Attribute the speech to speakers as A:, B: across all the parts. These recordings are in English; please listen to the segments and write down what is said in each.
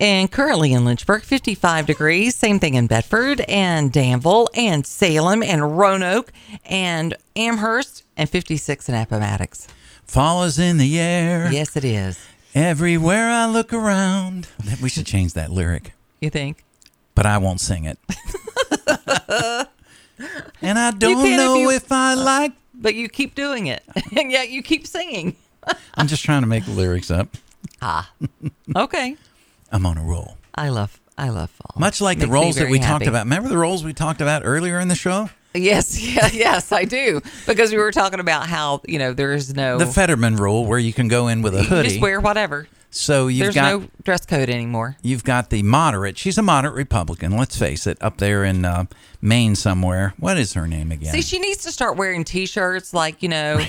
A: And currently in Lynchburg, 55 degrees. Same thing in Bedford and Danville and Salem and Roanoke and Amherst and 56 in Appomattox.
B: Fall is in the air.
A: Yes, it is.
B: Everywhere I look around. We should change that lyric,
A: You think?
B: but I won't sing it. and I don't
A: can if
B: know if,
A: you- Uh.
B: I like.
A: But you keep doing it. and yet you keep singing.
B: I'm just trying to make the lyrics up.
A: Okay.
B: I'm on a roll.
A: I love I love fall.
B: Much like the
A: Makes me
B: roles that
A: very
B: we talked
A: happy.
B: about. Remember the roles we talked about earlier in the show?
A: Yes, yeah, yes, I do. Because we were talking about how, you know, there is no
B: The Fetterman rule, where you can go in with a
A: you
B: hoodie.
A: Oh. just wear whatever.
B: so you've
A: There's
B: got
A: no dress code anymore.
B: you've got the moderate. She's a moderate Republican. Let's face it, up there in uh, Maine somewhere. What is her name again?
A: See, she needs to start wearing t-shirts. Like you know,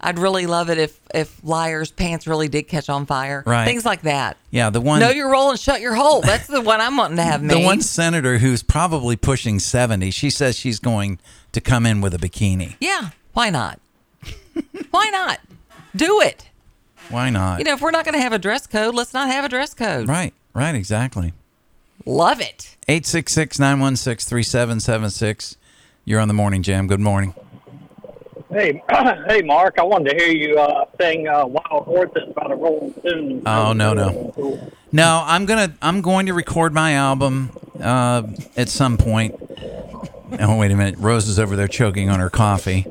A: I'd really love it if if liars' pants really did catch on fire.
B: Right.
A: Things like that.
B: yeah, the one.
A: Know your role and shut your hole. That's the one I'm wanting to have made.
B: the one senator who's probably pushing 70 she says she's going to come in with a bikini
A: Yeah. Why not? why not? Do it.
B: why not
A: You know, if we're not going to have a dress code, let's not have a dress code.
B: right right exactly
A: Love it.
B: 866-916-3776 you're on the morning jam good morning
C: Hey, hey, Mark. I wanted to hear you uh, sing uh, "Wild Horses" by the Rolling Stones.
B: Oh, no, no. no i'm gonna i'm going to record my album uh, at some point oh wait a minute rose is over there choking on her coffee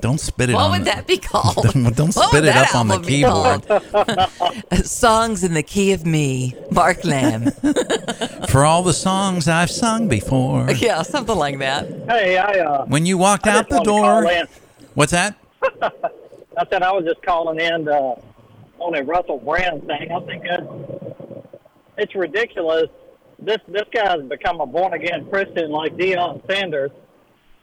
B: don't spit it
A: What
B: on
A: would
B: the-
A: that be called?
B: don't, don't
A: What
B: spit
A: would
B: it
A: that
B: up on the
A: album be called?
B: keyboard
A: Songs in the Key of Me, Mark Lamb.
B: for all the songs i've sung before
A: yeah, something like that.
C: Hey, I. Uh,
B: when you walked
C: I
B: out
C: just
B: the
C: wanted to
B: door
C: call in.
B: What's that?
C: I said I was just calling in uh, on a Russell Brand thing. I think that's it's ridiculous. This this guy's become a born again Christian like Deion Sanders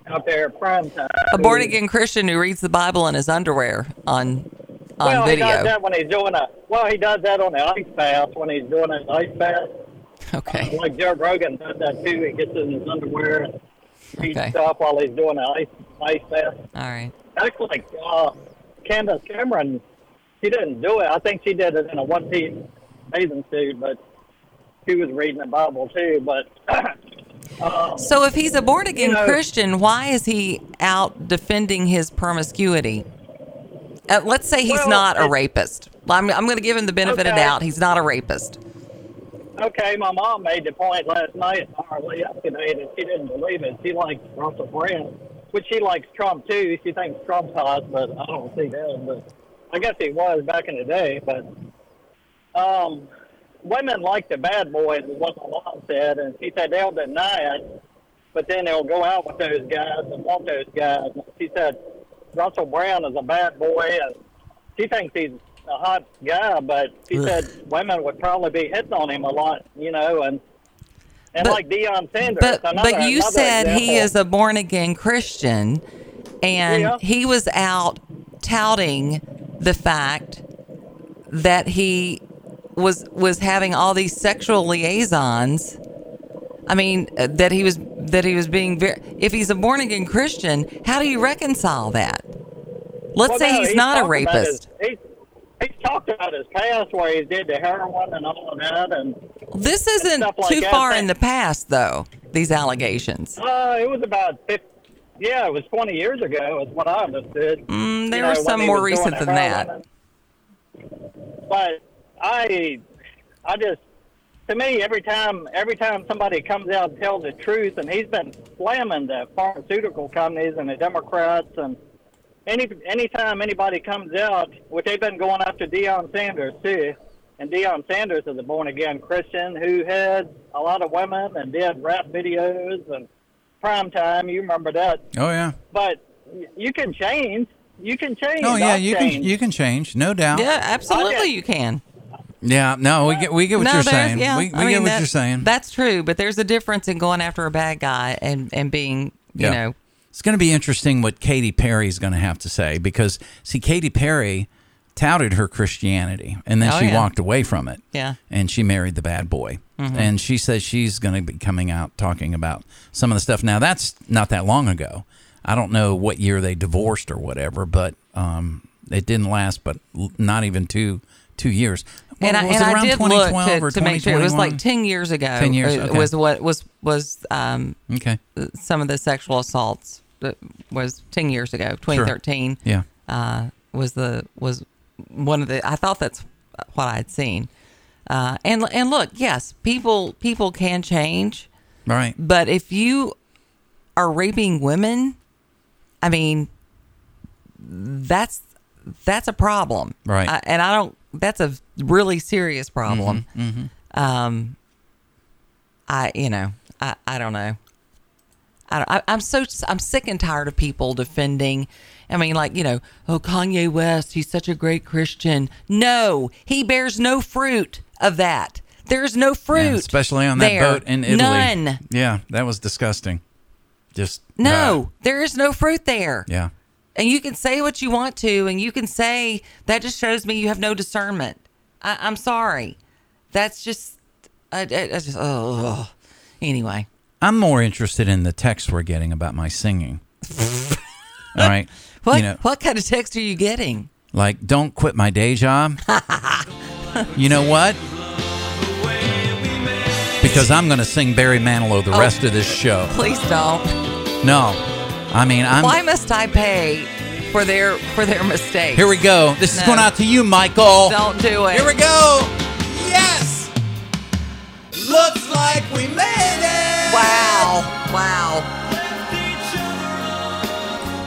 C: out there at prime time.
A: a born again Christian who reads the Bible in his underwear on on
C: Well, he does
A: video.
C: that when he's doing a well, he does that on the ice bath when he's doing an ice bath.
A: Okay.
C: Like Joe Rogan does that too. He gets in his underwear and reads
A: Okay.
C: stuff while he's doing an ice ice bath.
A: All right.
C: That's like uh, Candace Cameron. She didn't do it. I think she did it in a one piece bathing suit, but she was reading the Bible too. But
A: So if he's a born again
C: You know-
A: Christian, why is he out defending his promiscuity? Uh, let's say he's
C: Well,
A: not a
C: it-
A: rapist. Well, I'm, I'm going to give him the benefit of
C: Okay.
A: doubt. He's not a rapist.
C: okay, my mom made the point last night, or yesterday, that she didn't believe it. She likes Russell Brand, which she likes Trump too. She thinks Trump's hot, but I don't see that. But I guess he was back in the day. But um, women like the bad boys, is what my mom said, and she said they'll deny it, but then they'll go out with those guys and want those guys. She said Russell Brown is a bad boy, and she thinks he's a hot guy, but she
A: Ugh.
C: said women would probably be hitting on him a lot, you know, and and
A: But-
C: like Deion Sanders.
A: But
C: another-
A: but you
C: another
A: said he
C: example.
A: is a born again Christian, and
C: Yeah.
A: he was out touting the fact that he was was having all these sexual liaisons. I mean, uh, that he was that he was being very. If he's a born again Christian, how do you reconcile that? Let's
C: Well,
A: say
C: no,
A: he's, not a
C: talked about
A: rapist.
C: His, he's, he's talked about his past where he did the heroin and all of that, and
A: this isn't
C: stuff like
A: too
C: that,
A: far in the
C: but-
A: past, though. These allegations.
C: Uh, it was about 50, yeah, it was 20 years ago, is what I understood. Mm,
A: there were some more recent than that.
C: But I, I just, to me, every time, every time somebody comes out and tells the truth, and he's been slamming the pharmaceutical companies and the Democrats, and any anytime anybody comes out, which they've been going after Deion Sanders too, and Deion Sanders is a born again Christian who had a lot of women and did rap videos and prime time. You remember that?
B: Oh yeah.
C: But y- you can change. You can change.
B: Oh yeah.
C: I've
B: You can
C: changed.
B: you can change, no doubt.
A: Yeah, absolutely,
C: Okay.
A: you can.
B: Yeah, No, we get we get what you're
A: there's-
B: saying.
A: yeah,
B: we we
A: I mean,
B: get what
A: that-
B: you're saying.
A: That's true, but there's a difference in going after a bad guy and and being, you
B: Yeah.
A: know,
B: it's going to be interesting what Katy Perry's going to have to say because see, Katy Perry touted her Christianity and then
A: Oh,
B: she
A: yeah.
B: walked away from it.
A: Yeah. Mm-hmm.
B: And she married the bad boy. And she says she's going to be coming out talking about some of the stuff. Now that's not that long ago. I don't know what year they divorced or whatever, but um, it didn't last but l- not even two two years.
A: and I,
B: was
A: and
B: it
A: I
B: around
A: did look
B: 2012 or
A: to, to make sure it was like
B: 2021?
A: ten years ago.
B: 10 years,
A: uh,
B: okay.
A: was what was was um,
B: Okay.
A: some of the sexual assaults that was ten years ago, 2013.
B: Yeah.
A: uh, was the was one of the. I thought that's what I had seen. Uh, and and look, yes, people people can change,
B: All right.
A: but if you are raping women, I mean, that's that's a problem,
B: Right.
A: I, and I don't. That's a really serious problem.
B: Mm-hmm.
A: Um, I you know I I don't know. I don't, I, I'm so I'm sick and tired of people defending. I mean, like you know, oh Kanye West, he's such a great Christian. No, he bears no fruit of that. There's no fruit,
B: Yeah, especially on that
A: there.
B: boat in Italy.
A: None.
B: Yeah, that was disgusting. Just
A: No,
B: uh,
A: there is no fruit there.
B: yeah.
A: And you can say what you want to, and you can say that just shows me you have no discernment. I, I'm sorry. That's just, I, I, I just, oh. Anyway,
B: I'm more interested in the texts we're getting about my singing. All right.
A: what
B: You know,
A: what kind of text are you getting?
B: like don't quit my day job. you know what? Because I'm going to sing Barry Manilow the
A: Oh.
B: rest of this show.
A: Please don't.
B: No. I mean, I'm
A: Why must I pay for their for their mistakes?
B: Here we go. This is
A: No.
B: going out to you, Michael.
A: Don't do it.
B: Here we go. Yes. Looks like we made it.
A: Wow, wow.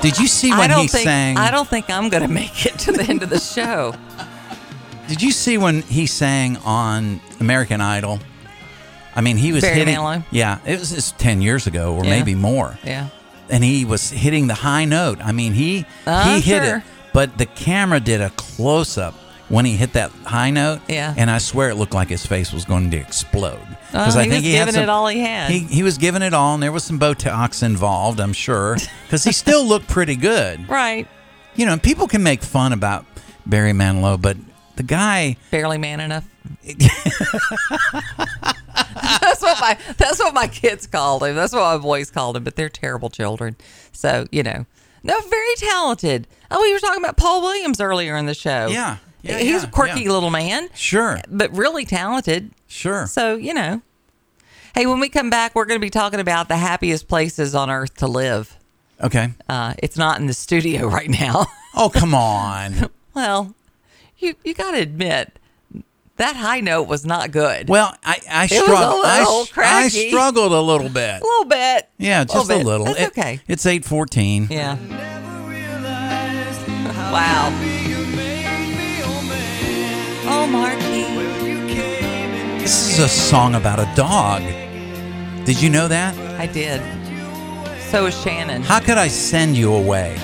B: Did you see
A: I
B: when
A: don't
B: he
A: think
B: sang?
A: I don't think I'm gonna make it to the end of the show.
B: Did you see when he sang on American Idol? I mean, he was
A: Barry
B: hitting.
A: Manilow?
B: Yeah, it was it's ten years ago or
A: Yeah.
B: maybe more,
A: Yeah.
B: and he was hitting the high note. I mean, he
A: Uh,
B: he hit
A: sure.
B: it, but the camera did a close up when he hit that high note.
A: Yeah.
B: and I swear it looked like his face was going to explode
A: Oh,
B: I
A: he was giving it all he had.
B: He he was giving it all, and there was some Botox involved, I'm sure, because he still looked pretty good.
A: Right.
B: You know, and people can make fun about Barry Manilow, but the guy.
A: barely man enough. that's what my that's what my kids called him. That's what my boys called him. But they're terrible children. So you know, no, very talented. Oh, we were talking about Paul Williams earlier in the show.
B: Yeah. Yeah,
A: he's
B: yeah,
A: a quirky
B: yeah.
A: little man,
B: Sure,
A: but really talented.
B: sure.
A: So you know, hey, when we come back, we're going to be talking about the happiest places on earth to live.
B: Okay.
A: Uh, it's not in the studio right now.
B: Oh, come on.
A: well, you you got to admit that high note was not good.
B: Well, I I,
A: was a
B: strugg-
A: little
B: I, s- I
A: cracky.
B: struggled a little bit.
A: A little bit.
B: Yeah, just a
A: bit.
B: little.
A: That's
B: It-
A: okay.
B: it's eight fourteen.
A: yeah. Wow. Oh, Marky.
B: This is a song about a dog. Did you know that?
A: I did. So is Shannon.
B: How could I send you away?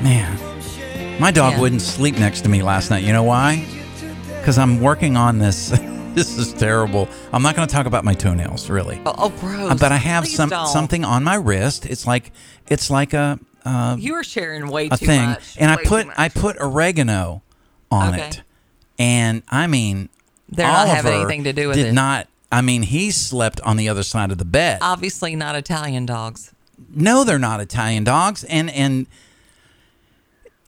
B: Man, my dog
A: Yeah.
B: wouldn't sleep next to me last night. You know why? Because I'm working on this. this is terrible. I'm not going to talk about my toenails, really.
A: Oh, oh, gross.
B: Uh, but I have
A: Please
B: some
A: don't.
B: something on my wrist. It's like it's like a uh,
A: You are sharing way
B: a
A: too
B: thing,
A: much.
B: and
A: Way
B: I put
A: too much.
B: I put oregano on
A: Okay.
B: it, and I mean
A: They're not
B: Oliver
A: having anything to do with
B: did
A: it. Uh,
B: not. I mean, he slept on the other side of the bed.
A: Obviously, not Italian dogs.
B: no, they're not Italian dogs, and and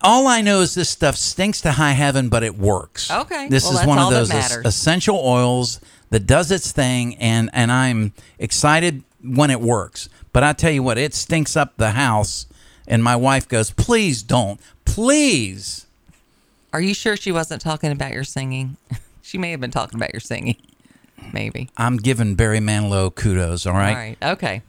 B: all I know is this stuff stinks to high heaven, but it works.
A: Okay.
B: this
A: Well,
B: is
A: that's
B: one of
A: all that
B: those es-
A: matters.
B: essential oils that does its thing, and and I'm excited when it works. But I tell you what, it stinks up the house, and my wife goes, "Please don't, please."
A: Are you sure she wasn't talking about your singing? she may have been talking about your singing. Maybe.
B: I'm giving Barry Manilow kudos. All right.
A: All right. Okay.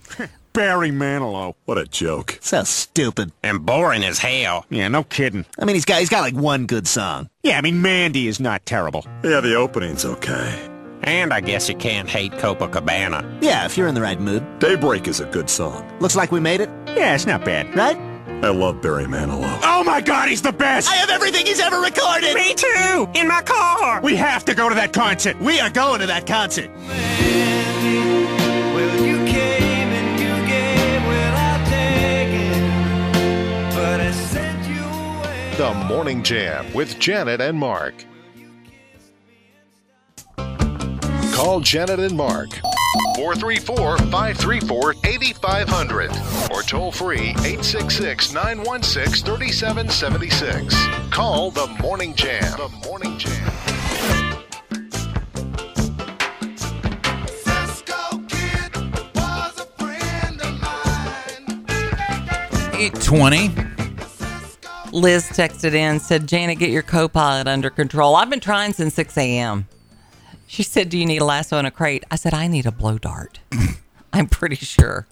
D: Barry Manilow.
E: What a joke.
F: So stupid.
G: and boring as hell.
D: Yeah, no kidding.
F: I mean, he's got he's got like one good song.
D: Yeah, I mean, Mandy is not terrible.
E: Yeah, the opening's okay.
G: And I guess you can't hate Copacabana.
F: Yeah, if you're in the right mood.
E: Daybreak is a good song.
F: Looks like we made it,
D: Yeah, it's not bad.
F: right?
E: I love Barry Manilow.
D: Oh my god, he's the best!
F: I have everything he's ever recorded.
G: Me too! In my car!
D: we have to go to that concert.
F: We are going to that concert.
H: The Morning Jam with Janet and Mark. Call Janet and Mark 434 534 8500 or toll free 866 916 3776. Call the Morning Jam. The Morning Jam.
B: Eight twenty.
A: Liz texted in, said, Janet, get your co pilot under control. I've been trying since 6 a.m. She said, Do you need a lasso and a crate? I said, I need a blow dart. I'm pretty sure.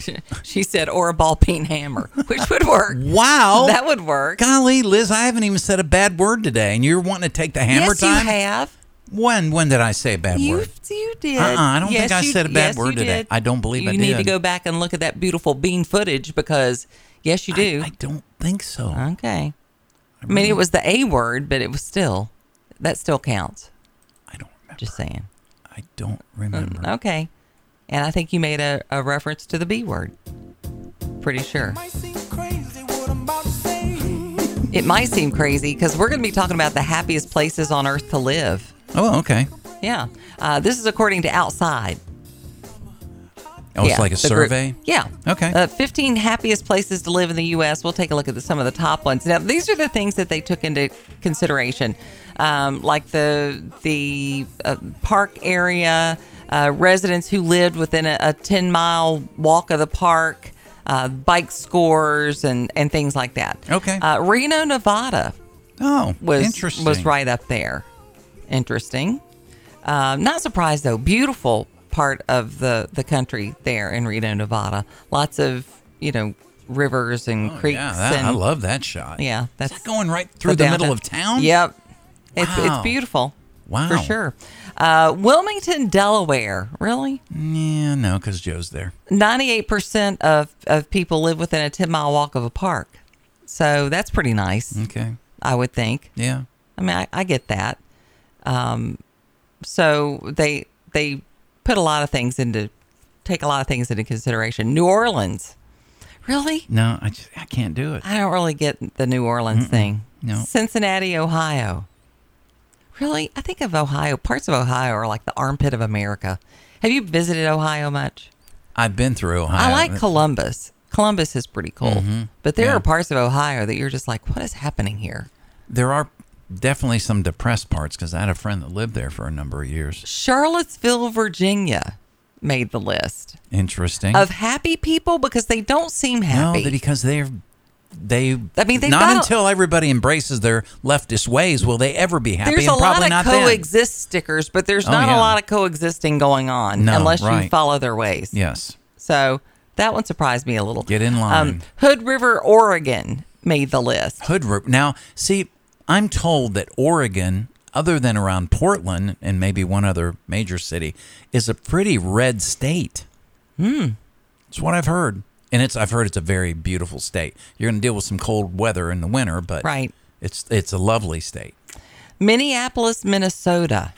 A: She- She said, or a ball peen hammer, which would work.
B: Wow.
A: That would work.
B: Golly, Liz, I haven't even said a bad word today, and you're wanting to take the hammer
A: yes,
B: time.
A: you have.
B: When when did I say a bad
A: You,
B: word?
A: you did.
B: Uh-uh, I don't
A: Yes,
B: think I
A: you-
B: said a bad
A: yes,
B: word
A: you
B: today.
A: did.
B: I don't believe
A: you
B: I
A: need to
B: did.
A: go back and look at that beautiful bean footage because, yes, you do.
B: I don't think so.
A: okay. I mean, it was the A word, but it was still, that still counts.
B: I don't remember.
A: Just Uh, saying.
B: I don't remember.
A: Okay. And I think you made a, a reference to the B word. Pretty sure. It might seem crazy because we're going to be talking about the happiest places on earth to live.
B: Oh, okay.
A: Yeah. Uh, this is according to Outside.
B: Oh,
A: Yeah,
B: it's like a
A: the group.
B: survey.
A: Yeah.
B: Okay.
A: Uh, 15 happiest places to live in the U.S. We'll take a look at the, some of the top ones. Now, these are the things that they took into consideration, um, like the the uh, park area, uh, residents who lived within a, a 10 mile walk of the park, uh, bike scores, and and things like that.
B: Okay.
A: Uh, Reno, Nevada
B: Oh,
A: was
B: interesting.
A: was right up there. Interesting. Um, not surprised though. Beautiful part of the the country there in Reno, Nevada. Lots of you know rivers and
B: Oh,
A: creeks.
B: Yeah, that,
A: and,
B: I love that shot.
A: Yeah, that's
B: Is that going right through the middle
A: downtown-
B: of town.
A: Yep, it's
B: Wow.
A: it's beautiful.
B: Wow.
A: for sure. Uh, Wilmington, Delaware. Really,
B: Yeah, no, because Joe's there.
A: ninety eight percent of of people live within a ten mile walk of a park. So that's pretty nice,
B: Okay.
A: I would think.
B: Yeah.
A: I mean, I, I get that. Um, so they they put a lot of things into take a lot of things into consideration. New Orleans, really?
B: No, I just I can't do it.
A: I don't really get the New Orleans thing.
B: No.
A: Cincinnati, Ohio. Really, I think of Ohio. Parts of Ohio are like the armpit of America. Have you visited Ohio much?
B: I've been through Ohio.
A: I like Columbus. Columbus is pretty cool, but there
B: Mm-hmm. Yeah.
A: are parts of Ohio that you're just like, what is happening here?
B: there are definitely some depressed parts because I had a friend that lived there for a number of years.
A: Charlottesville, Virginia made the list
B: Interesting.
A: of happy people because they don't seem
B: no,
A: happy.
B: that because they're they.
A: I mean, they've got
B: not
A: a-
B: until everybody embraces their leftist ways will they ever be happy.
A: there's a
B: and
A: lot
B: probably
A: of
B: not then.
A: coexist stickers, but there's
B: Oh,
A: not
B: yeah.
A: a lot of coexisting going on
B: No,
A: unless you
B: right.
A: follow their ways.
B: Yes.
A: So that one surprised me a little. Um,
B: Get in line.
A: Hood River, Oregon made the list.
B: Hood River. Now, see, I'm told that Oregon, other than around Portland and maybe one other major city, is a pretty red state. Hmm. It's what I've heard, and it's I've heard it's a very beautiful state. You're going to deal with some cold weather in the winter, but
A: Right.
B: it's it's a lovely state.
A: Minneapolis, Minnesota.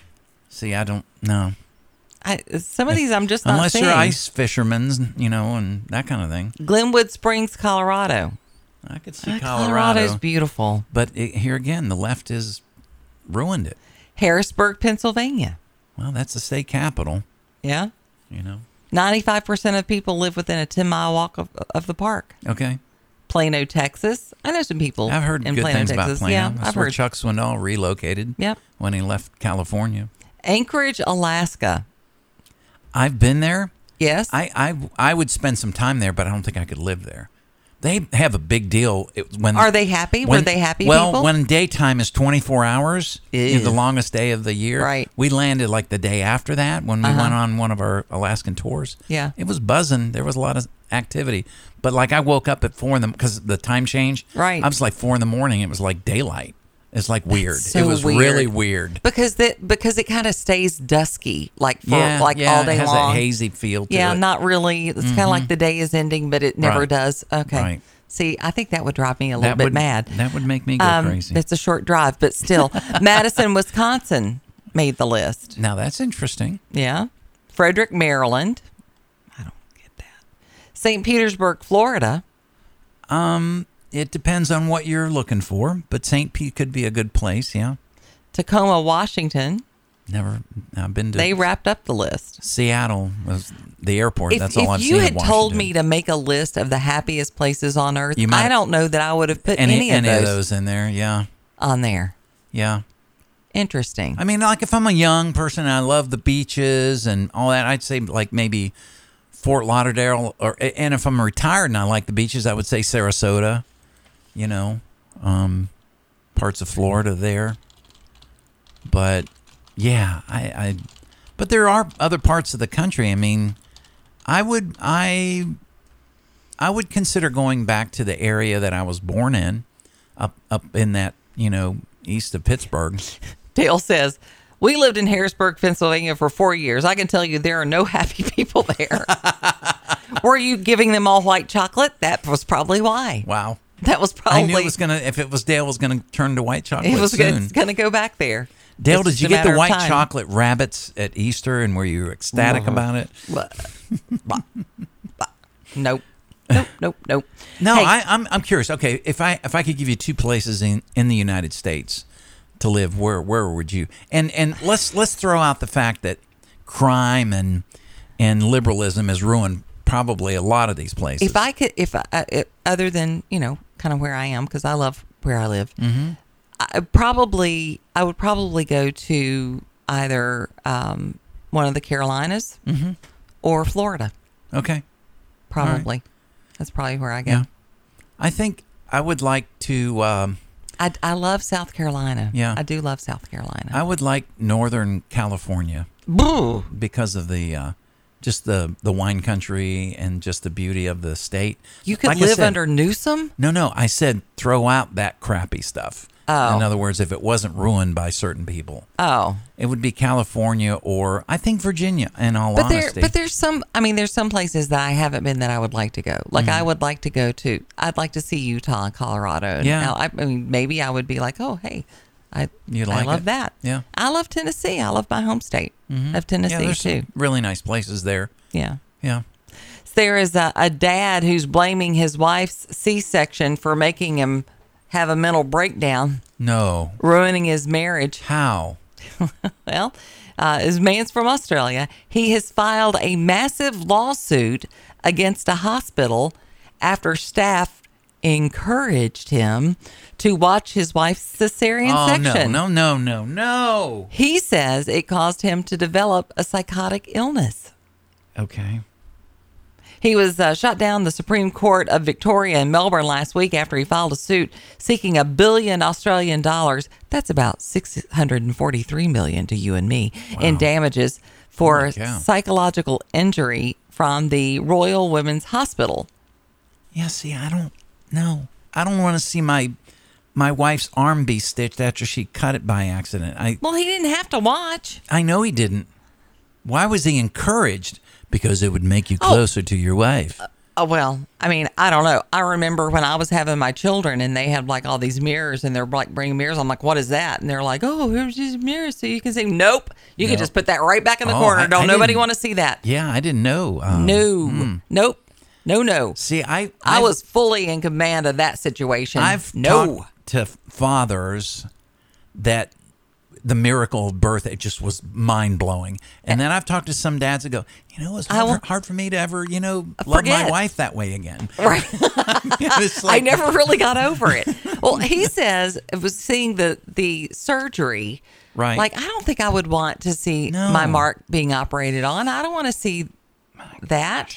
B: See, I don't know
A: I, some of these I'm just not
B: unless
A: seeing.
B: you're ice fishermen's, you know, and that kind of thing.
A: Glenwood Springs, Colorado.
B: I could see
A: Colorado's
B: Colorado,
A: beautiful.
B: but it, here again, the left has ruined it.
A: Harrisburg, Pennsylvania.
B: Well, that's the state capital,
A: Yeah.
B: you know.
A: 95% of people live within a 10 mile walk of, of the park.
B: Okay.
A: Plano, Texas. I know some people.
B: I've heard
A: in
B: good
A: Plano,
B: things
A: Texas.
B: about Plano.
A: Yeah,
B: That's
A: I've
B: where
A: heard.
B: Chuck Swindoll relocated
A: Yep.
B: when he left California.
A: Anchorage, Alaska.
B: I've been there.
A: Yes.
B: I, I, I would spend some time there, but I don't think I could live there. They have a big deal it- when
A: Are they happy?
B: when-
A: Were they happy
B: Well,
A: people?
B: when daytime is 24 hours, you know, the
A: Ew.
B: longest day of the year.
A: Right. Uh-huh.
B: We landed like the day after that when we went on one of our Alaskan tours.
A: Yeah.
B: It was buzzing. There was a lot of activity. But like I woke up at four in the because the time change.
A: Right.
B: I was like four in the morning. It was like daylight. It's like weird.
A: so
B: it was
A: weird.
B: really weird.
A: because that because it kind of stays dusky like for
B: yeah.
A: like
B: yeah,
A: all day
B: it has
A: long.
B: a hazy feel to
A: yeah,
B: it. Mm-hmm.
A: not really. It's kind of like the day is ending, but it never
B: Right.
A: does. Okay.
B: Right.
A: See, I think that would drive me a little
B: that
A: bit
B: would,
A: mad.
B: That would make me go
A: Um,
B: crazy.
A: It's a short drive, but still, Madison, Wisconsin made the list.
B: Now that's interesting.
A: Yeah. Frederick, Maryland. I don't get that. St. Petersburg, Florida.
B: It depends on what you're looking for, but St. Pete could be a good place. Yeah.
A: Tacoma, Washington.
B: Never. I've been to
A: They wrapped up the list.
B: Seattle was the airport.
A: If,
B: That's
A: if
B: all I've
A: you
B: seen.
A: had
B: of
A: told
B: Washington.
A: me to make a list of the happiest places on earth,
B: You might-
A: I don't know that I would have put
B: any,
A: any, of,
B: any
A: those.
B: in there, yeah.
A: on there.
B: Yeah.
A: Interesting.
B: I mean, like if I'm a young person and I love the beaches and all that, I'd say like maybe Fort Lauderdale. Or and if I'm retired and I like the beaches, I would say Sarasota. You know, um, parts of Florida there. But yeah, I, I. But there are other parts of the country. I mean, I would I. I would consider going back to the area that I was born in, up up in that you know east of Pittsburgh.
A: Dale says, We lived in Harrisburg, Pennsylvania for four years. I can tell you there are no happy people there. Were you giving them all white chocolate? That was probably why.
B: Wow.
A: That was
B: I
A: probably
B: knew it was gonna. If it was Dale, was gonna turn to white chocolate
A: Oh, it was
B: soon.
A: gonna, going to go back there.
B: Dale,
A: It's
B: did
A: just
B: you
A: a
B: get
A: matter
B: the
A: of
B: white
A: time. Uh-huh.
B: chocolate rabbits at Easter, and were you ecstatic about it?
A: Blah, blah, blah. nope. Nope, nope, nope.
B: No,
A: Hey,
B: I, I'm I'm curious. Okay, if I if I could give you two places in in the United States to live, where where would you? And and let's let's throw out the fact that crime and and liberalism has ruined probably a lot of these places.
A: if I could, if I, I- if, other than you know, kind of where I am because I love where I live,
B: Mm-hmm.
A: I probably I would probably go to either um, one of the Carolinas
B: Mm-hmm.
A: or Florida.
B: okay,
A: Probably, that's probably where I go.
B: yeah, I think I would like to. Um,
A: I, I love South Carolina.
B: Yeah.
A: I do love South Carolina.
B: I would like Northern California.
A: Boo.
B: because of the uh, just the the wine country and just the beauty of the state.
A: You could
B: Like I
A: live
B: said-
A: under Newsom.
B: No, no, I said throw out that crappy stuff.
A: Oh.
B: In other words, if it wasn't ruined by certain people,
A: Oh,
B: it would be California or I think Virginia. In all
A: but there,
B: honesty,
A: but there's some. I mean, there's some places that I haven't been that I would like to go. Like
B: Mm.
A: I would like to go to. I'd like to see Utah, and Colorado. And
B: Yeah.
A: now, I, I mean, maybe I would be like, oh, hey, I
B: You'd
A: I
B: like
A: love
B: it.
A: that.
B: Yeah. Mm-hmm.
A: I love Tennessee. I love my home state of
B: yeah,
A: Tennessee
B: there's
A: too.
B: some really nice places there.
A: Yeah.
B: Yeah,
A: There is a, a dad who's blaming his wife's C-section for making him have a mental breakdown,
B: no,
A: ruining his marriage.
B: how?
A: Well, uh, this man's from Australia. He has filed a massive lawsuit against a hospital after staff encouraged him to watch his wife's cesarean
B: Oh no,
A: section.
B: no, no, no, no.
A: He says it caused him to develop a psychotic illness.
B: Okay.
A: He was uh, shot down the Supreme Court of Victoria in Melbourne last week after he filed a suit seeking a billion Australian dollars. That's about 643 million to you and me in damages for
B: Holy cow.
A: psychological injury from the Royal Women's Hospital.
B: Yeah, see, I don't know. I don't want to see my my wife's arm be stitched after she cut it by accident. I
A: Well, he didn't have to watch.
B: I know he didn't. Why was he encouraged? Because it would make you closer to your wife.
A: Oh, well, I mean, I don't know. I remember when I was having my children and they had like all these mirrors and they're like bringing mirrors. I'm like, what is that? And they're like, oh, here's these mirrors so you can see. Nope. You can
B: Nope.
A: just put that right back in the
B: Oh,
A: corner.
B: I-
A: don't
B: I
A: nobody
B: didn't-
A: want to see that.
B: yeah, I didn't know. Um,
A: No. Nope. No, no.
B: See, I
A: I
B: I've-
A: was fully in command of that situation.
B: I've
A: no.
B: talked to fathers that the miracle of birth it just was mind blowing, and then I've talked to some dads that go, you know, it's
A: I
B: hard,
A: won't-
B: for, hard for me to ever, you know, love
A: Forget.
B: my wife that way again.
A: Right.
B: It's
A: I
B: like-
A: never really got over it. Well, he says it was seeing the the surgery.
B: Right.
A: Like I don't think I would want to see
B: No.
A: my mark being operated on. I don't want to see that.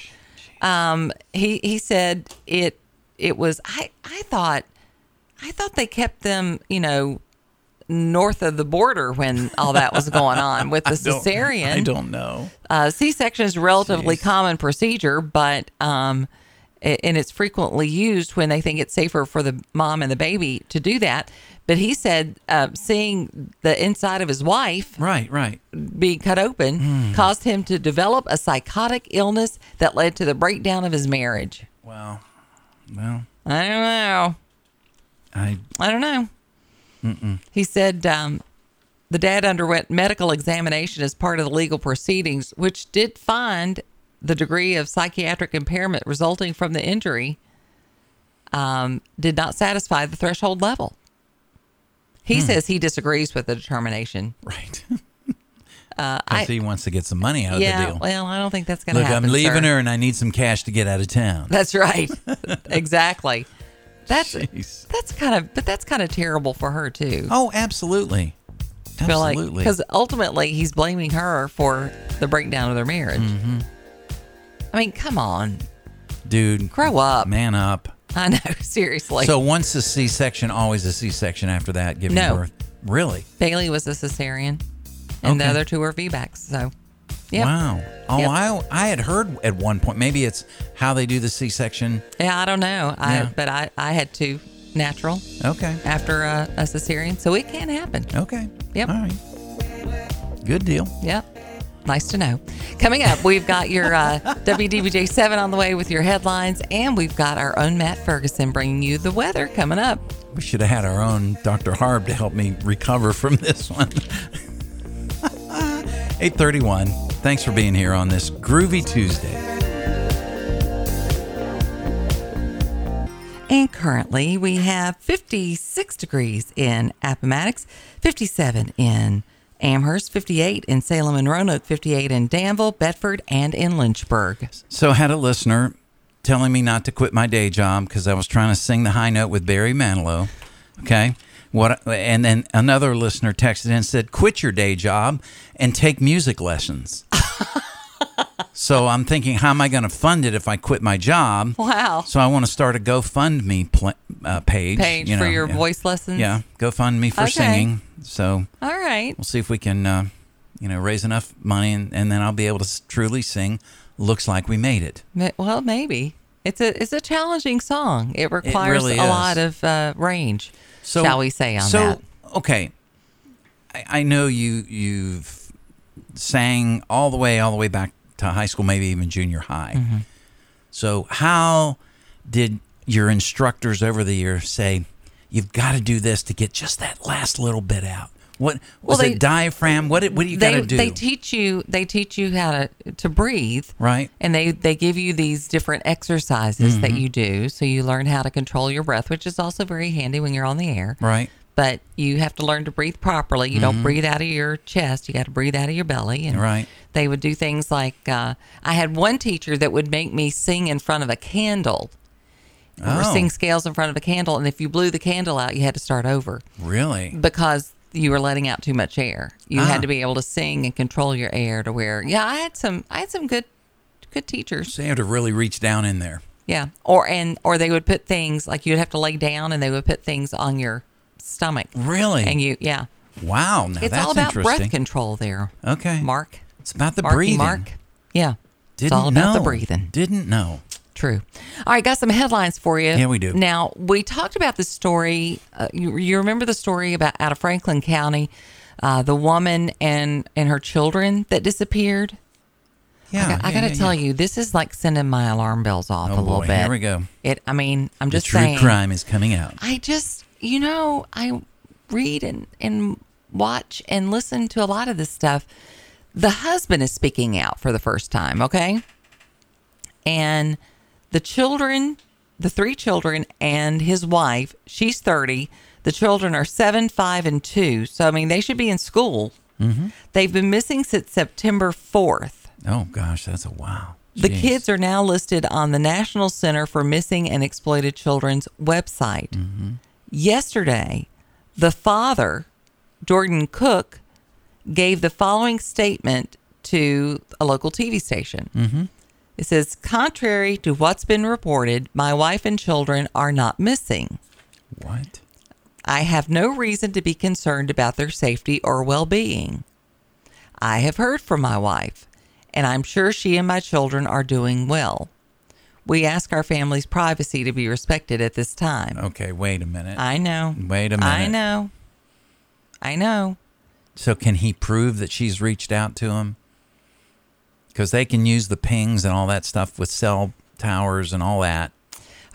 A: Um he he said it it was I I thought I thought they kept them, you know, north of the border when all that was going on with the
B: don't-
A: cesarean.
B: I don't know.
A: Uh, C-section is a relatively common procedure, but um, a- and it's frequently used when they think it's safer for the mom and the baby to do that. But he said uh, seeing the inside of his wife
B: Right, right.
A: being cut open caused him to develop a psychotic illness that led to the breakdown of his marriage.
B: Well, well,
A: I don't know.
B: I
A: I don't know. He said um, the dad underwent medical examination as part of the legal proceedings, which did find the degree of psychiatric impairment resulting from the injury um, did not satisfy the threshold level. He
B: Hmm.
A: says he disagrees with the determination.
B: right. Uh, I see. He wants to get some money out of the
A: Yeah,
B: deal.
A: well, I don't think that's going to
B: Look,
A: happen.
B: I'm leaving
A: sir.
B: her, and I need some cash to get out of town.
A: That's right. exactly. That's
B: Jeez.
A: that's kind of but that's kind of terrible for her too.
B: Oh, absolutely.
A: I feel like
B: Absolutely.
A: because ultimately he's blaming her for the breakdown of their marriage.
B: Mm-hmm.
A: I mean, come on,
B: Dude,
A: grow up.
B: man up.
A: I know, seriously.
B: so once a C section, always a C section after that, giving
A: No.
B: birth. Really?
A: Bailey was a cesarean, and the
B: Okay.
A: other two were VBACs. So, yeah,
B: Wow. Oh,
A: Yep.
B: I I had heard at one point maybe it's how they do the C section.
A: yeah, I don't know, I
B: Yeah.
A: but I I had two natural
B: Okay.
A: after a, a cesarean, so it can happen.
B: Okay.
A: Yep.
B: All right. Good deal.
A: Yep. Nice to know. Coming up, we've got your uh, WDBJ7 on the way with your headlines, and we've got our own Matt Ferguson bringing you the weather coming up.
B: We should have had our own Dr. Harb to help me recover from this one. 831. Thanks for being here on this groovy Tuesday.
A: And currently, we have 56 degrees in Appomattox, 57 in Amherst, 58 in Salem and Roanoke, 58 in Danville, Bedford, and in Lynchburg.
B: So I had a listener telling me not to quit my day job because I was trying to sing the high note with Barry Manilow. Okay. What and then another listener texted in and said, "Quit your day job and take music lessons." so I'm thinking, how am I going to fund it if I quit my job?
A: Wow.
B: So I want to start a GoFundMe pl- uh, page.
A: Page
B: you
A: for
B: know,
A: your
B: yeah.
A: voice lessons.
B: Yeah, GoFundMe for
A: Okay.
B: singing. So
A: All right.
B: We'll see if we can, uh, you know, raise enough money, and, and then I'll be able to s- truly sing. Looks like we made it.
A: Ma- Well, maybe. It's a it's a challenging song. It requires
B: really
A: a
B: is.
A: lot of uh, range, shall we say on
B: so,
A: that?
B: Okay, I, I know you you've sang all the way all the way back to high school, maybe even junior high.
A: Mm-hmm.
B: So how did your instructors over the years say you've got to do this to get just that last little bit out? What was
A: they-
B: it diaphragm? What did- what do you got
A: They
B: to do?
A: they teach you they teach you how to to breathe,
B: Right.
A: And they they give you these different exercises that
B: Mm-hmm.
A: you do, so you learn how to control your breath, which is also very handy when you're on the air.
B: right. Mm-hmm.
A: But you have to learn to breathe properly. You don't breathe out of your chest. You got to breathe out of your belly. And
B: Right.
A: they would do things like uh, I had one teacher that would make me sing in front of a candle. or
B: Oh.
A: sing scales in front of a candle. And if you blew the candle out, you had to start over
B: Really?
A: because you were letting out too much air. You
B: Ah.
A: had to be able to sing and control your air to where, yeah, I had some, I had some good, good teachers.
B: So you have to really reach down in there.
A: Yeah. Or, and, or they would put things like you'd have to lay down and they would put things on your stomach.
B: Really?
A: And you, yeah.
B: wow. Now
A: It's
B: that's
A: all about breath
B: interesting.
A: control there.
B: Okay.
A: Mark.
B: It's about the
A: Marky
B: breathing.
A: Mark. Yeah.
B: Didn't
A: it's all about the
B: know.
A: breathing.
B: Didn't know.
A: True. All right, got some headlines for you.
B: Yeah, we do.
A: Now, we talked about the story. Uh, you, you remember the story about out of Franklin County, uh, the woman and and her children that disappeared.
B: Oh, Yeah.
A: I, got to tell you, this is like sending my alarm bells off
B: Oh,
A: a little
B: boy.
A: bit.
B: Here we go.
A: It. I mean, I'm
B: The
A: just
B: true
A: saying.
B: crime is coming out.
A: I just, you know, I read and and watch and listen to a lot of this stuff. The husband is speaking out for the first time, okay? And the children, the three children and his wife, she's 30. The children are 7, 5 and 2. So I mean, they should be in school. They've been missing since September 4th.
B: Oh gosh, that's a wow.
A: The
B: Jeez.
A: kids are now listed on the National Center for Missing and Exploited Children's website. Yesterday, the father, Jordan Cook, gave the following statement to a local TV station. Mm-hmm. It says, contrary to what's been reported, my wife and children are not missing.
B: What?
A: I have no reason to be concerned about their safety or well being. I have heard from my wife, and I'm sure she and my children are doing well. We ask our family's privacy to be respected at this time.
B: Okay, wait a minute.
A: I know.
B: Wait a
A: I
B: minute.
A: know. I know.
B: so can he prove that she's reached out to him? Because they can use the pings and all that stuff with cell towers and all that.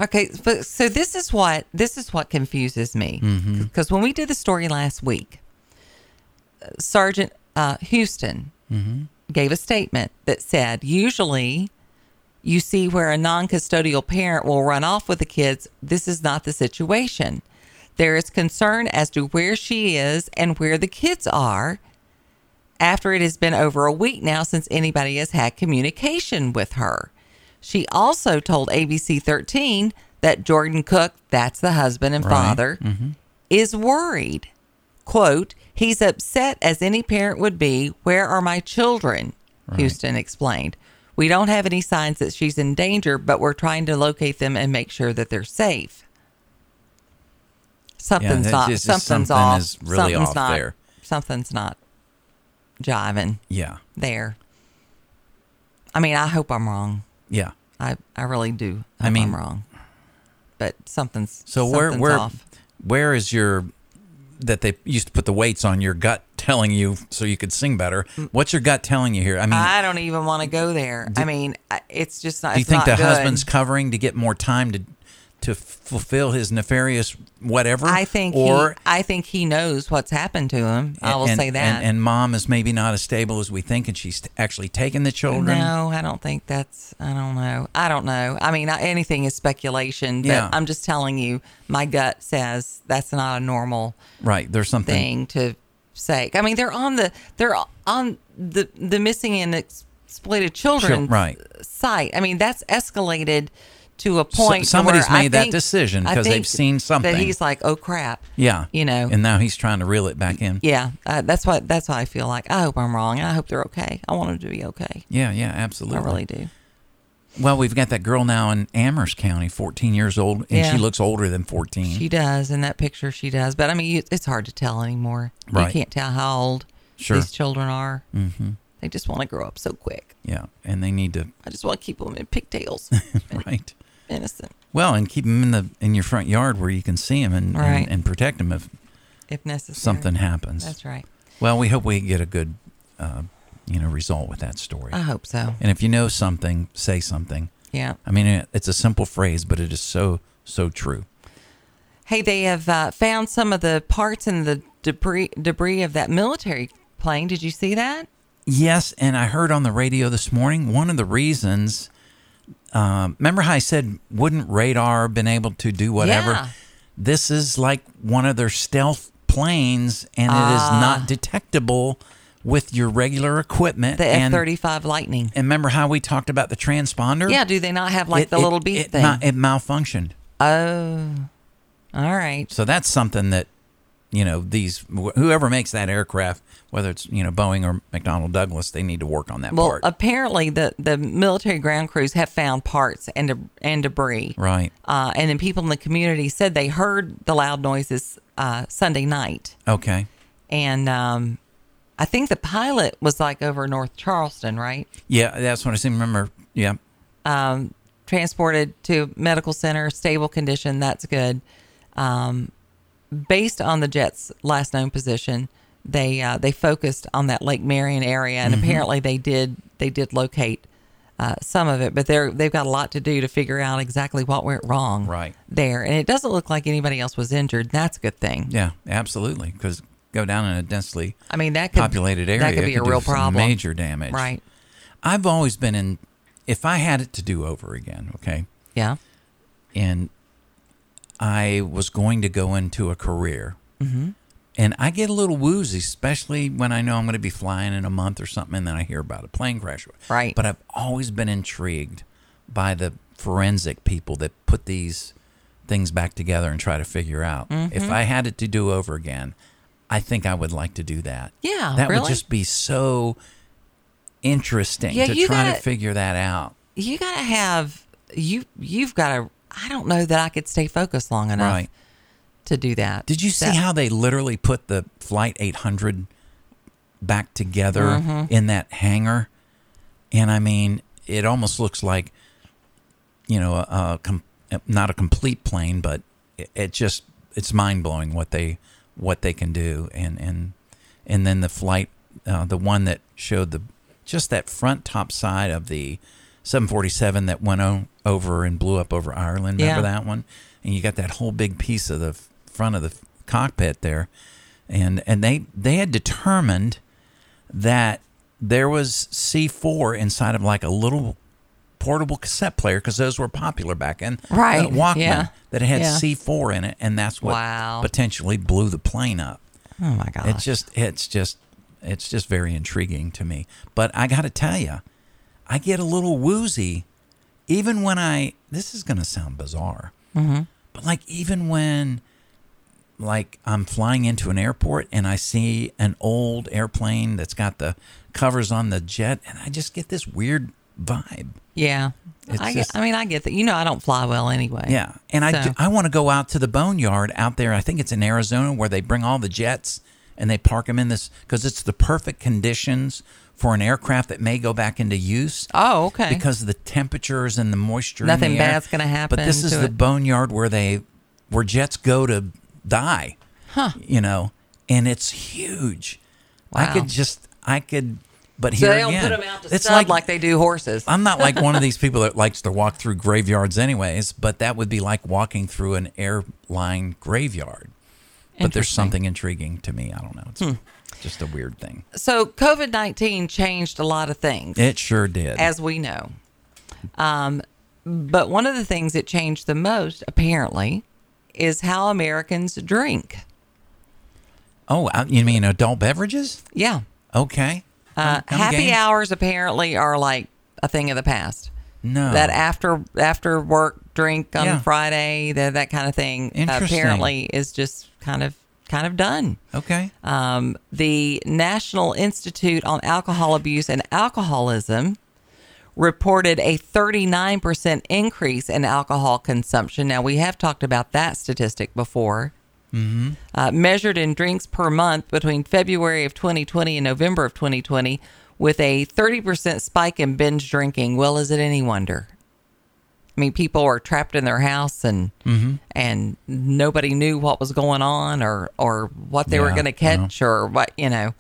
A: Okay, but so this is what this is what confuses me
B: Mm-hmm.
A: because when we did the story last week, Sergeant uh, Houston gave a statement that said usually you see where a non-custodial parent will run off with the kids. This is not the situation. There is concern as to where she is and where the kids are after it has been over a week now since anybody has had communication with her. She also told ABC 13 that Jordan Cook, that's the husband and father, is worried. Quote, he's upset as any parent would be. Where are my children? Houston explained. We don't have any signs that she's in danger, but we're trying to locate them and make sure that they're safe. Something's
B: that's
A: not.
B: just-
A: something's
B: something
A: off.
B: is really
A: something's
B: off
A: not,
B: there.
A: Something's not jiving
B: Yeah.
A: there. I mean, I hope I'm wrong.
B: Yeah.
A: I, I really do.
B: I
A: I mean,
B: mean-
A: I'm wrong, but something's
B: So where
A: something's
B: where
A: off.
B: where is your that they used to put the weights on your gut telling you so you could sing better?
A: Mm.
B: What's your gut telling you here? I mean,
A: I don't even want to go there. I mean, I- it's just not.
B: do you
A: it's
B: think
A: not
B: the
A: good.
B: husband's covering to get more time to to fulfill his nefarious whatever?
A: I think.
B: or
A: he, I think he knows what's happened to him. I will
B: and-
A: say that.
B: And, and mom is maybe not as stable as we think, and she's actually taking the children.
A: No, I don't think that's. I don't know. I don't know. I mean, I, anything is speculation. But
B: Yeah.
A: I'm just telling you, my gut says that's not a normal
B: Right? There's something.
A: thing to say. I mean, they're on the they're on the the missing and exploited children
B: right.
A: site. I mean, that's escalated to a
B: So-
A: point. to
B: somebody's
A: where I
B: made that
A: think-
B: decision
A: I
B: 'cause they've
A: think
B: seen something.
A: That he's like, oh crap.
B: Yeah.
A: You know.
B: And now he's trying to reel it back in.
A: yeah, uh, that's what that's what I feel like. I hope I'm wrong. I hope they're okay. I want them to be okay.
B: Yeah. Yeah. Absolutely.
A: I really do.
B: Well, we've got that girl now in Amherst County, 14 years old, and
A: Yeah.
B: she looks older than 14.
A: She does in that picture. She does, but I mean, you- it's hard to tell anymore.
B: Right.
A: You can't tell how old
B: Sure.
A: these children are. Mm-hmm. They just want to grow up so quick.
B: yeah. And they need to,
A: I just want to keep them in pigtails,
B: right.
A: innocent,
B: Well, and keep them in the in your front yard where you can see them and,
A: Right.
B: and, and protect them if
A: if necessary.
B: something happens.
A: That's right.
B: Well, we hope we get a good, uh, you know, result with that story.
A: I hope so.
B: and if you know something, say something.
A: Yeah.
B: I mean, it- it's a simple phrase, but it is so so true.
A: Hey, they have uh, found some of the parts and the debris debris of that military plane. Did you see that?
B: Yes, and I heard on the radio this morning one of the reasons. Um, remember how I said wouldn't radar been able to do whatever?
A: Yeah.
B: This is like one of their stealth planes, and it is
A: Ah.
B: not detectable with your regular equipment.
A: The F
B: and,
A: thirty five Lightning.
B: And remember how we talked about the transponder?
A: Yeah. Do they not have like
B: It-
A: the
B: it-
A: little beep
B: it,
A: thing?
B: ma- it malfunctioned.
A: oh. All right.
B: So that's something that you know these wh- whoever makes that aircraft, whether it's you know Boeing or McDonnell Douglas, they need to work on that
A: Well,
B: part.
A: apparently the, the military ground crews have found parts and deb- and debris.
B: right.
A: Uh, and then people in the community said they heard the loud noises uh, Sunday night.
B: Okay.
A: and um, I think the pilot was like over North Charleston, right?
B: Yeah, that's what I seem to remember. Yeah.
A: Transported to medical center, stable condition. That's good. Um, based on the jet's last known position, they uh, they focused on that Lake Marion area, and
B: Mm-hmm.
A: apparently they did they did locate. Uh, some of it, but they're they've got a lot to do to figure out exactly what went wrong
B: Right.
A: there, and it doesn't look like anybody else was injured. That's a good thing.
B: Yeah, absolutely. Because go down in a densely
A: I mean, that could,
B: populated area.
A: That could
B: it
A: be a
B: do
A: real
B: some
A: problem.
B: Major damage.
A: right?
B: I've always been in, if I had it to do over again, okay,
A: Yeah.
B: and I was going to go into a career.
A: Mm-hmm.
B: And I get a little woozy, especially when I know I'm going to be flying in a month or something, and then I hear about a plane crash.
A: Right.
B: But I've always been intrigued by the forensic people that put these things back together and try to figure out. If
A: Mm-hmm.
B: I had it to do over again, I think I would like to do that.
A: Yeah,
B: That would
A: really?
B: just be so interesting
A: Yeah,
B: to
A: you
B: try to
A: gotta-
B: figure that out.
A: you gotta have you you've gotta i don't know that i could stay focused long enough
B: Right.
A: to do that
B: Did you see
A: That-
B: how they literally put the Flight 800 back together
A: Mm-hmm.
B: in that hangar? And I mean, it almost looks like, you know, a, a com- not a complete plane, but it, it just it's mind blowing what they what they can do. And and and then the flight, uh, the one that showed the just that front top side of the 747 that went o- over and blew up over Ireland. Remember
A: Yeah.
B: that one? And you got that whole big piece of the f- front of the f- cockpit there, and and they they had determined that there was C4 inside of like a little portable cassette player because those were popular back in
A: Right,
B: uh, Walkman
A: yeah,
B: that had
A: yeah.
B: C4 in it, and that's what
A: Wow.
B: potentially blew the plane up.
A: oh my god
B: It's just it's just it's just very intriguing to me. But I got to tell you, I get a little woozy even when I this is going to sound bizarre. But like even when like I'm flying into an airport and I see an old airplane that's got the covers on the jet and I just get this weird vibe.
A: Yeah.
B: It's
A: I,
B: just-
A: get, I mean, I get that. You know, I don't fly well anyway.
B: Yeah, and I
A: So-
B: do- I want to go out to the boneyard out there. I think it's in Arizona where they bring all the jets and they park them in this because it's the perfect conditions for an aircraft that may go back into use.
A: Oh, okay.
B: Because of the temperatures and the moisture. in the
A: Nothing
B: air.
A: bad's gonna
B: But this
A: happen
B: is
A: to
B: the
A: it.
B: boneyard where they where jets go to die. Huh. You know, and it's huge. I
A: Wow.
B: could just I could. But
A: so
B: here
A: they don't
B: again,
A: put them out to
B: it's
A: stud like, they do horses.
B: I'm not like one of these people that likes to walk through graveyards, anyways, but that would be like walking through an airline graveyard. But there's
A: Interesting. Hmm.
B: something intriguing to me. I don't know. It's just a weird thing.
A: so COVID 19 changed a lot of things,
B: It sure did.
A: as we know. Um, but one of the things that changed the most, apparently, is how Americans drink.
B: oh, I- you mean adult beverages?
A: Yeah.
B: Okay.
A: Uh,
B: I'm
A: happy
B: game.
A: hours apparently are like a thing of the past.
B: No.
A: That after after work drink on
B: Yeah.
A: Friday, that that kind of thing
B: Interesting.
A: apparently is just kind of kind of done.
B: okay.
A: um, the National Institute on Alcohol Abuse and Alcoholism reported a 39% increase in alcohol consumption. Now, we have talked about that statistic before. Uh, measured in drinks per month between February of 2020 and November of 2020, with a 30% spike in binge drinking. Well, is it any wonder? I mean, people are trapped in their house and
B: Mm-hmm.
A: and nobody knew what was going on or or what they were
B: Yeah, Hmm.
A: going to catch or what you know.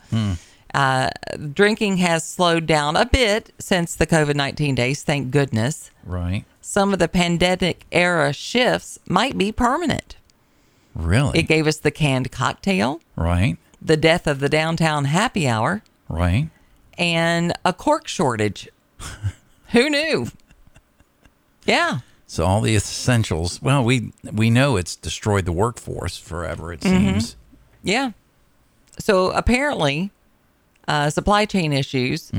A: Uh, drinking has slowed down a bit since the COVID nineteen days. Thank goodness.
B: right.
A: Some of the pandemic era shifts might be permanent.
B: Really?
A: It gave us the canned cocktail,
B: right.
A: the death of the downtown happy hour,
B: Right.
A: and a cork shortage. Who knew? Yeah.
B: So all the essentials. Well, we we know it's destroyed the workforce forever. It
A: Mm-hmm.
B: seems.
A: Yeah. So apparently, uh, supply chain issues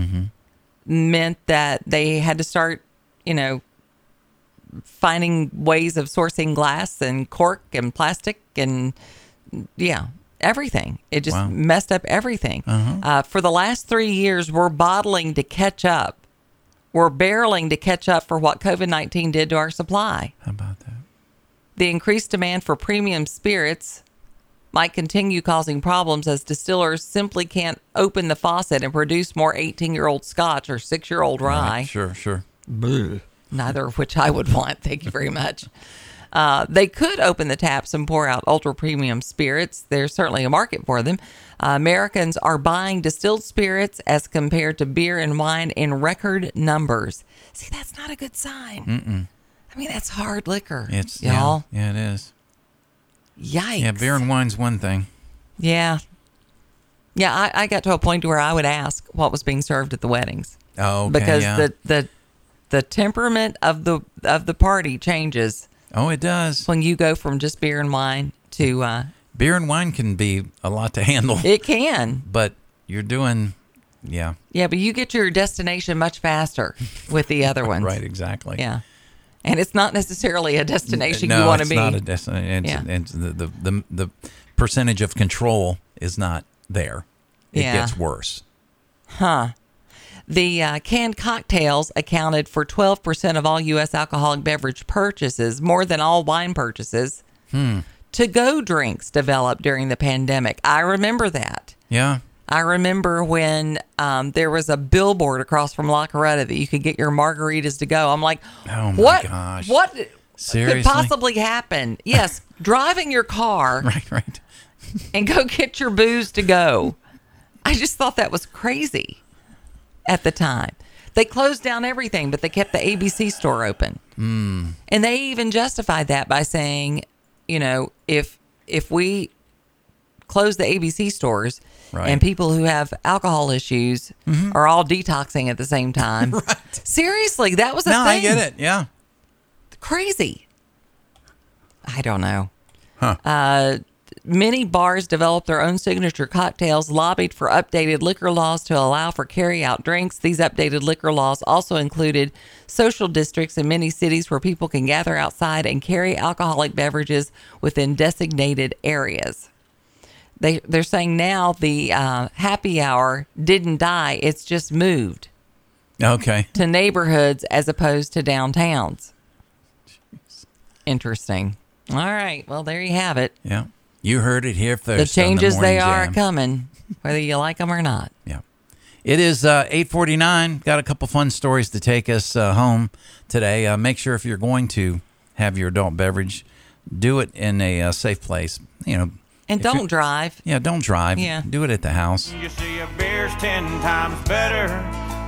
A: meant that they had to start, you know, finding ways of sourcing glass and cork and plastic and yeah, everything. It just
B: Wow.
A: messed up everything. uh for the last three years, we're bottling to catch up. We're barreling to catch up for what COVID 19 did to our supply.
B: How about that?
A: The increased demand for premium spirits might continue causing problems as distillers simply can't open the faucet and produce more 18 year old scotch or six year old rye,
B: Right. Sure. Sure.
A: neither of which I would want. Thank you very much. Uh, they could open the taps and pour out ultra premium spirits. There's certainly a market for them. Uh, Americans are buying distilled spirits as compared to beer and wine in record numbers. See, that's not a good sign. I mean, that's hard liquor.
B: It's
A: y'all.
B: Yeah, yeah, it is.
A: Yikes.
B: Yeah, beer and wine's one thing.
A: Yeah. Yeah, I, I got to a point where I would ask what was being served at the weddings.
B: Oh, okay,
A: because
B: yeah.
A: the, the the temperament of the of the party changes
B: Oh, it does.
A: when you go from just beer and wine to uh,
B: Beer and wine can be a lot to handle,
A: it can.
B: but you're doing, yeah,
A: Yeah, but you get to your destination much faster with the other ones.
B: right, exactly. Uh,
A: Yeah. And it's not necessarily a destination
B: no,
A: you want to
B: it's
A: be.
B: not a destination. It's,
A: Yeah.
B: it's the, the, the, the percentage of control is not there. It
A: Yeah.
B: gets worse.
A: The uh, canned cocktails accounted for 12% of all U.S. alcoholic beverage purchases, more than all wine purchases.
B: Hmm.
A: To go drinks developed during the pandemic. I remember that.
B: Yeah.
A: I remember when um, there was a billboard across from La Coretta that you could get your margaritas to go. I'm like,
B: Oh my
A: what?
B: gosh.
A: What
B: Seriously?
A: could possibly happen? Yes, driving your car
B: Right, right.
A: and go get your booze to go. I just thought that was crazy at the time. They closed down everything, but they kept the ABC store open. Mm.
B: Hmm.
A: And they even justified that by saying, you know, if if we close the ABC stores
B: Right. Mm-hmm.
A: and people who have alcohol issues are all detoxing at the same time.
B: Right.
A: Seriously, that was a
B: no,
A: thing.
B: I get it. Yeah.
A: Crazy. I don't know. Uh, Many bars developed their own signature cocktails, lobbied for updated liquor laws to allow for carry-out drinks. These updated liquor laws also included social districts in many cities where people can gather outside and carry alcoholic beverages within designated areas. They they're saying now the uh, happy hour didn't die; it's just moved
B: Okay.
A: to neighborhoods as opposed to downtowns. Interesting. All right. Well, there you have it.
B: Yeah. You heard it here first.
A: The
B: on
A: changes
B: Morning
A: they are
B: Jam.
A: coming, whether you like them or not.
B: Yeah. It is uh, 849. Got a couple fun stories to take us uh, home today. Uh, make sure if you're going to have your adult beverage, do it in a uh, safe place. You know,
A: And
B: If
A: don't
B: you-
A: drive.
B: yeah, don't drive.
A: Yeah.
B: Do it at the house.
I: You see, a beer's ten times better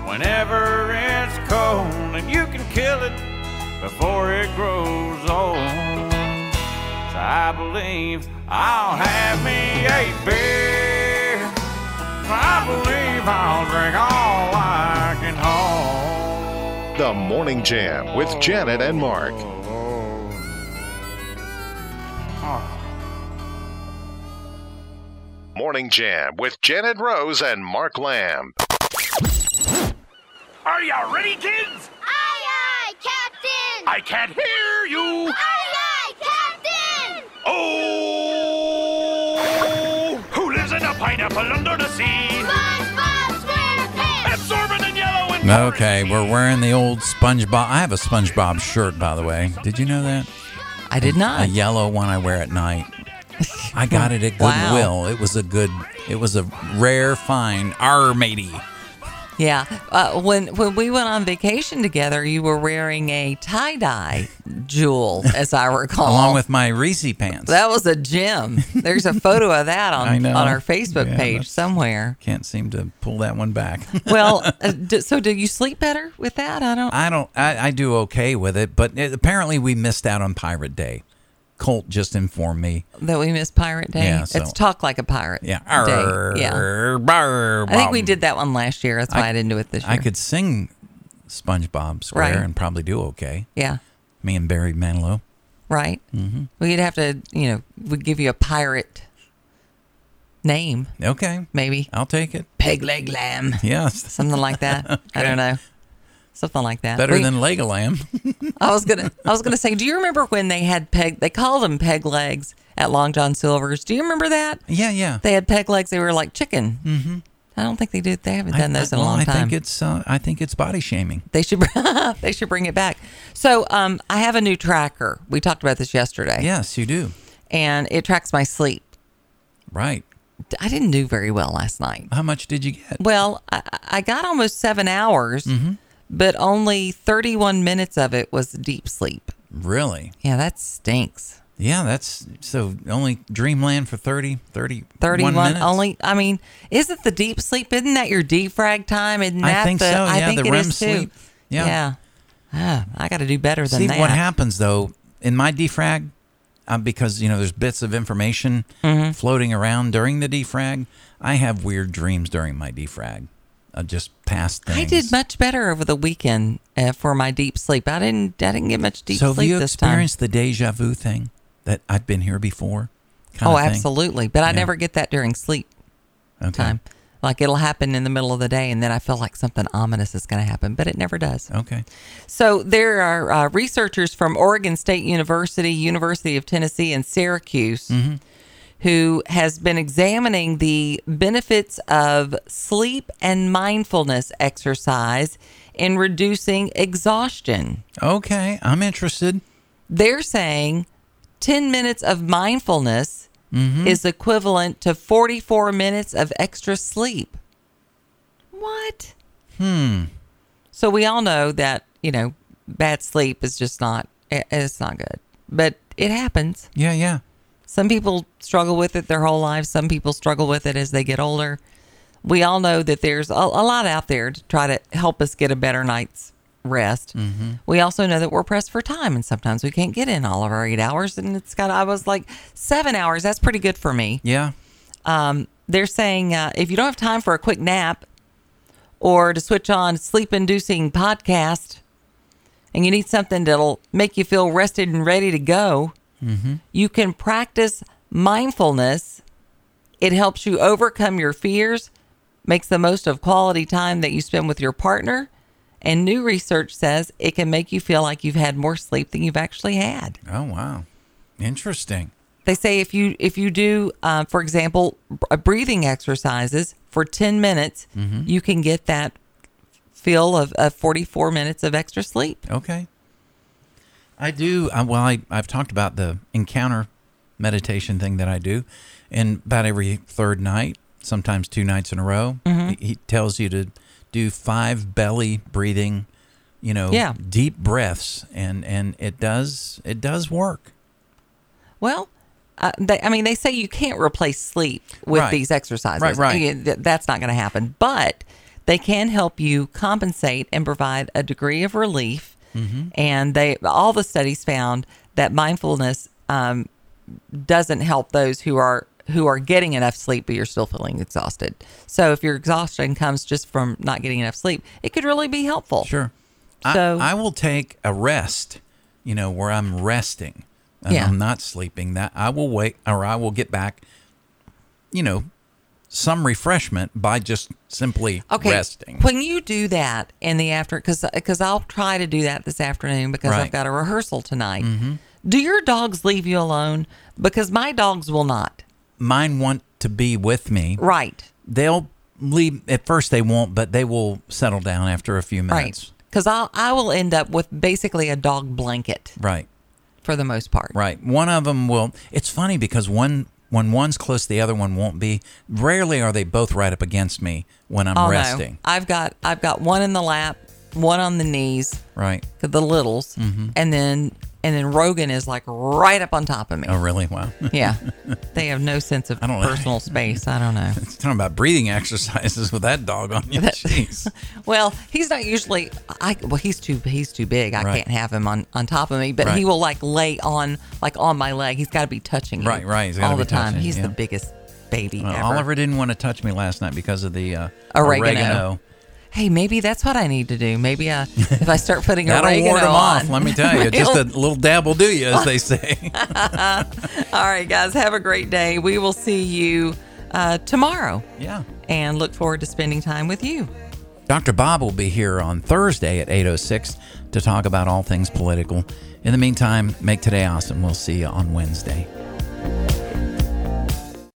I: whenever it's cold, and you can kill it before it grows old. So I believe I'll have me a beer. I believe I'll drink all I can hold.
H: The Morning Jam with Janet and Mark. Morning Jam with Janet Rose and Mark Lamb.
D: Are you ready, kids?
J: Aye, aye, Captain!
D: I can't hear you.
J: aye, Captain!
D: Oh! Who lives in a pineapple under the sea?
J: SpongeBob SquarePants!
D: Absorbent and yellow and
B: Okay, we're wearing the old SpongeBob. I have a SpongeBob shirt, by the way. Did you know that?
A: I did
B: A
A: not.
B: yellow one I wear at night. I got it at
A: Wow.
B: Goodwill. It was a good. It was a rare find. Our matey.
A: Yeah. Uh, when when we went on vacation together, you were wearing a tie dye jewel, as I recall.
B: along with my Reese pants.
A: Oh. that was a gem. There's a photo of that
B: I
A: on
B: know.
A: on our Facebook
B: Yeah,
A: page
B: that's-
A: somewhere.
B: Can't seem to pull that one back.
A: Well, uh, d- so do you sleep better with that? I don't.
B: I don't. I, I do okay with it, but it, apparently we missed out on Pirate Day. Colt just informed me.
A: that we missed Pirate Day.
B: Yeah, so-
A: it's talk like a pirate.
B: Yeah.
A: Day. Yeah.
B: Arr, barr,
A: I think we
B: bum.
A: did that one last year. That's why I, didn't do it this year.
B: I could sing SpongeBob Square
A: Right.
B: and probably do okay.
A: Yeah.
B: Me and Barry Manilow.
A: Right. Mm-hmm. We'd have to, you know, we'd give you a pirate name,
B: Okay,
A: maybe
B: I'll take it.
A: Peg Leg Lamb,
B: Yes,
A: something like that. I don't know. Something like that.
B: better
A: We-
B: than Legoland.
A: I was gonna. I was gonna say. Do you remember when they had peg? They called them peg legs at Long John Silver's. Do you remember that?
B: yeah, yeah.
A: They had peg legs. They were like chicken. Mm-hmm. I don't think they did. They haven't done those in a
B: well,
A: long
B: I
A: time.
B: think it's uh, I think it's body shaming.
A: They should they should bring it back. So um, I have a new tracker. We talked about this yesterday,
B: Yes, you do.
A: and it tracks my sleep.
B: Right.
A: I didn't do very well last night.
B: How much did you get?
A: Well, I, I got almost seven hours,
B: Mm-hmm.
A: but only thirty-one minutes of it was deep sleep.
B: Really?
A: Yeah, that stinks.
B: Yeah, that's so only dreamland for 30, 30
A: Thirty-one
B: minutes.
A: only. I mean, isn't the deep sleep? Isn't that your defrag time? Isn't
B: I
A: that
B: think
A: the?
B: so,
A: I
B: yeah,
A: think
B: the
A: it
B: REM
A: is too.
B: sleep. Yeah.
A: Ah, I got to do better than
B: See
A: that.
B: what happens though in my defrag, um, because you know there's bits of information
A: Mm-hmm.
B: floating around during the defrag. I have weird dreams during my defrag, uh, just past things.
A: I did much better over the weekend uh, for my deep sleep. I didn't. I didn't get much deep
B: so have
A: sleep
B: you
A: this time.
B: experienced the deja vu thing that I've been here before? Kind
A: Oh,
B: of thing?
A: absolutely. But I
B: Yeah.
A: never get that during sleep
B: Okay.
A: time. Like it'll happen in the middle of the day, and then I feel like something ominous is going to happen, but it never does.
B: Okay.
A: So there are uh, researchers from Oregon State University, University of Tennessee, and Syracuse
B: Mm-hmm.
A: who has been examining the benefits of sleep and mindfulness exercise in reducing exhaustion.
B: Okay. I'm interested.
A: they're saying 10 minutes of mindfulness is equivalent to 44 minutes of extra sleep. What? Hmm. So we all know that, you know, bad sleep is just not i- it's not good. But it happens.
B: Yeah, yeah.
A: Some people struggle with it their whole lives. Some people struggle with it as they get older. We all know that there's a, a lot out there to try to help us get a better night's rest. We also know that we're pressed for time, and sometimes we can't get in all of our eight hours. And it's got, I was like, seven hours. That's pretty good for me.
B: Yeah.
A: They're saying uh, if you don't have time for a quick nap or to switch on sleep inducing podcast and you need something that'll make you feel rested and ready to go, you can practice mindfulness, it helps you overcome your fears, makes the most of quality time that you spend with your partner, and new research says it can make you feel like you've had more sleep than you've actually had.
B: Oh wow, interesting.
A: They say if you if you do, uh, for example, b- uh, breathing exercises for ten minutes, you can get that feel of, of forty four minutes of extra sleep.
B: Okay. I do. I, well, I, I've talked about the encounter meditation thing that I do, and about every third night, sometimes two nights in a row, he, he tells you to do five belly breathing, you know,
A: Yeah.
B: deep breaths, and and it does it does work.
A: Well, uh, they, I mean, they say you can't replace sleep with
B: Right.
A: these exercises.
B: Right, right.
A: I mean, th- that's not going to happen. But they can help you compensate and provide a degree of relief.
B: Mm-hmm.
A: And they all the studies found that mindfulness um, doesn't help those who are who are getting enough sleep, but you're still feeling exhausted. So if your exhaustion comes just from not getting enough sleep, it could really be helpful.
B: Sure.
A: So-
B: I, I will take a rest, you know, where I'm resting and
A: Yeah.
B: I'm not sleeping. That I will wait or I will get back, you know, some refreshment by just simply
A: okay,
B: resting.
A: When you do that in the after, because because I'll try to do that this afternoon because
B: Right. Mm-hmm.
A: I've got a rehearsal tonight. Do your dogs leave you alone? Because my dogs will not.
B: Mine want to be with me.
A: Right,
B: They'll leave at first they won't, but they will settle down after a few
A: right.
B: minutes.
A: Because I I will end up with basically a dog blanket
B: Right.
A: for the most part.
B: Right. One of them will. It's funny because one when one's close, the other one won't be. Rarely are they both right up against me when I'm
A: Oh, no.
B: resting.
A: I've got I've got one in the lap, one on the knees,
B: Right.
A: 'cause the littles,
B: Mm-hmm.
A: and then and then Rogan is like right up on top of me.
B: Oh, really? Wow.
A: Yeah, they have no sense of
B: I don't know.
A: personal space. I don't know.
B: Talking about breathing exercises with that dog on you. Jeez.
A: Well, he's not usually. I well, he's too he's too big. I
B: Right.
A: can't have him on on top of me. But
B: Right.
A: he will like lay on like on my leg. He's got to be touching you.
B: Right, right. He's gotta
A: all
B: be
A: the time.
B: touching you,
A: He's
B: yeah.
A: the biggest baby
B: Well,
A: ever.
B: Oliver didn't want to touch me last night because of the uh,
A: Oregano.
B: oregano.
A: Hey, maybe that's what I need to do. Maybe uh, if I start putting
B: That'll
A: oregano
B: ward him
A: on,
B: off, let me tell you. Just a little dab will do you, as they say.
A: all right, guys. Have a great day. We will see you uh, tomorrow,
B: yeah.
A: and look forward to spending time with you.
B: Dr. Bob will be here on Thursday at 8.06 to talk about all things political. In the meantime, make today awesome. We'll see you on Wednesday.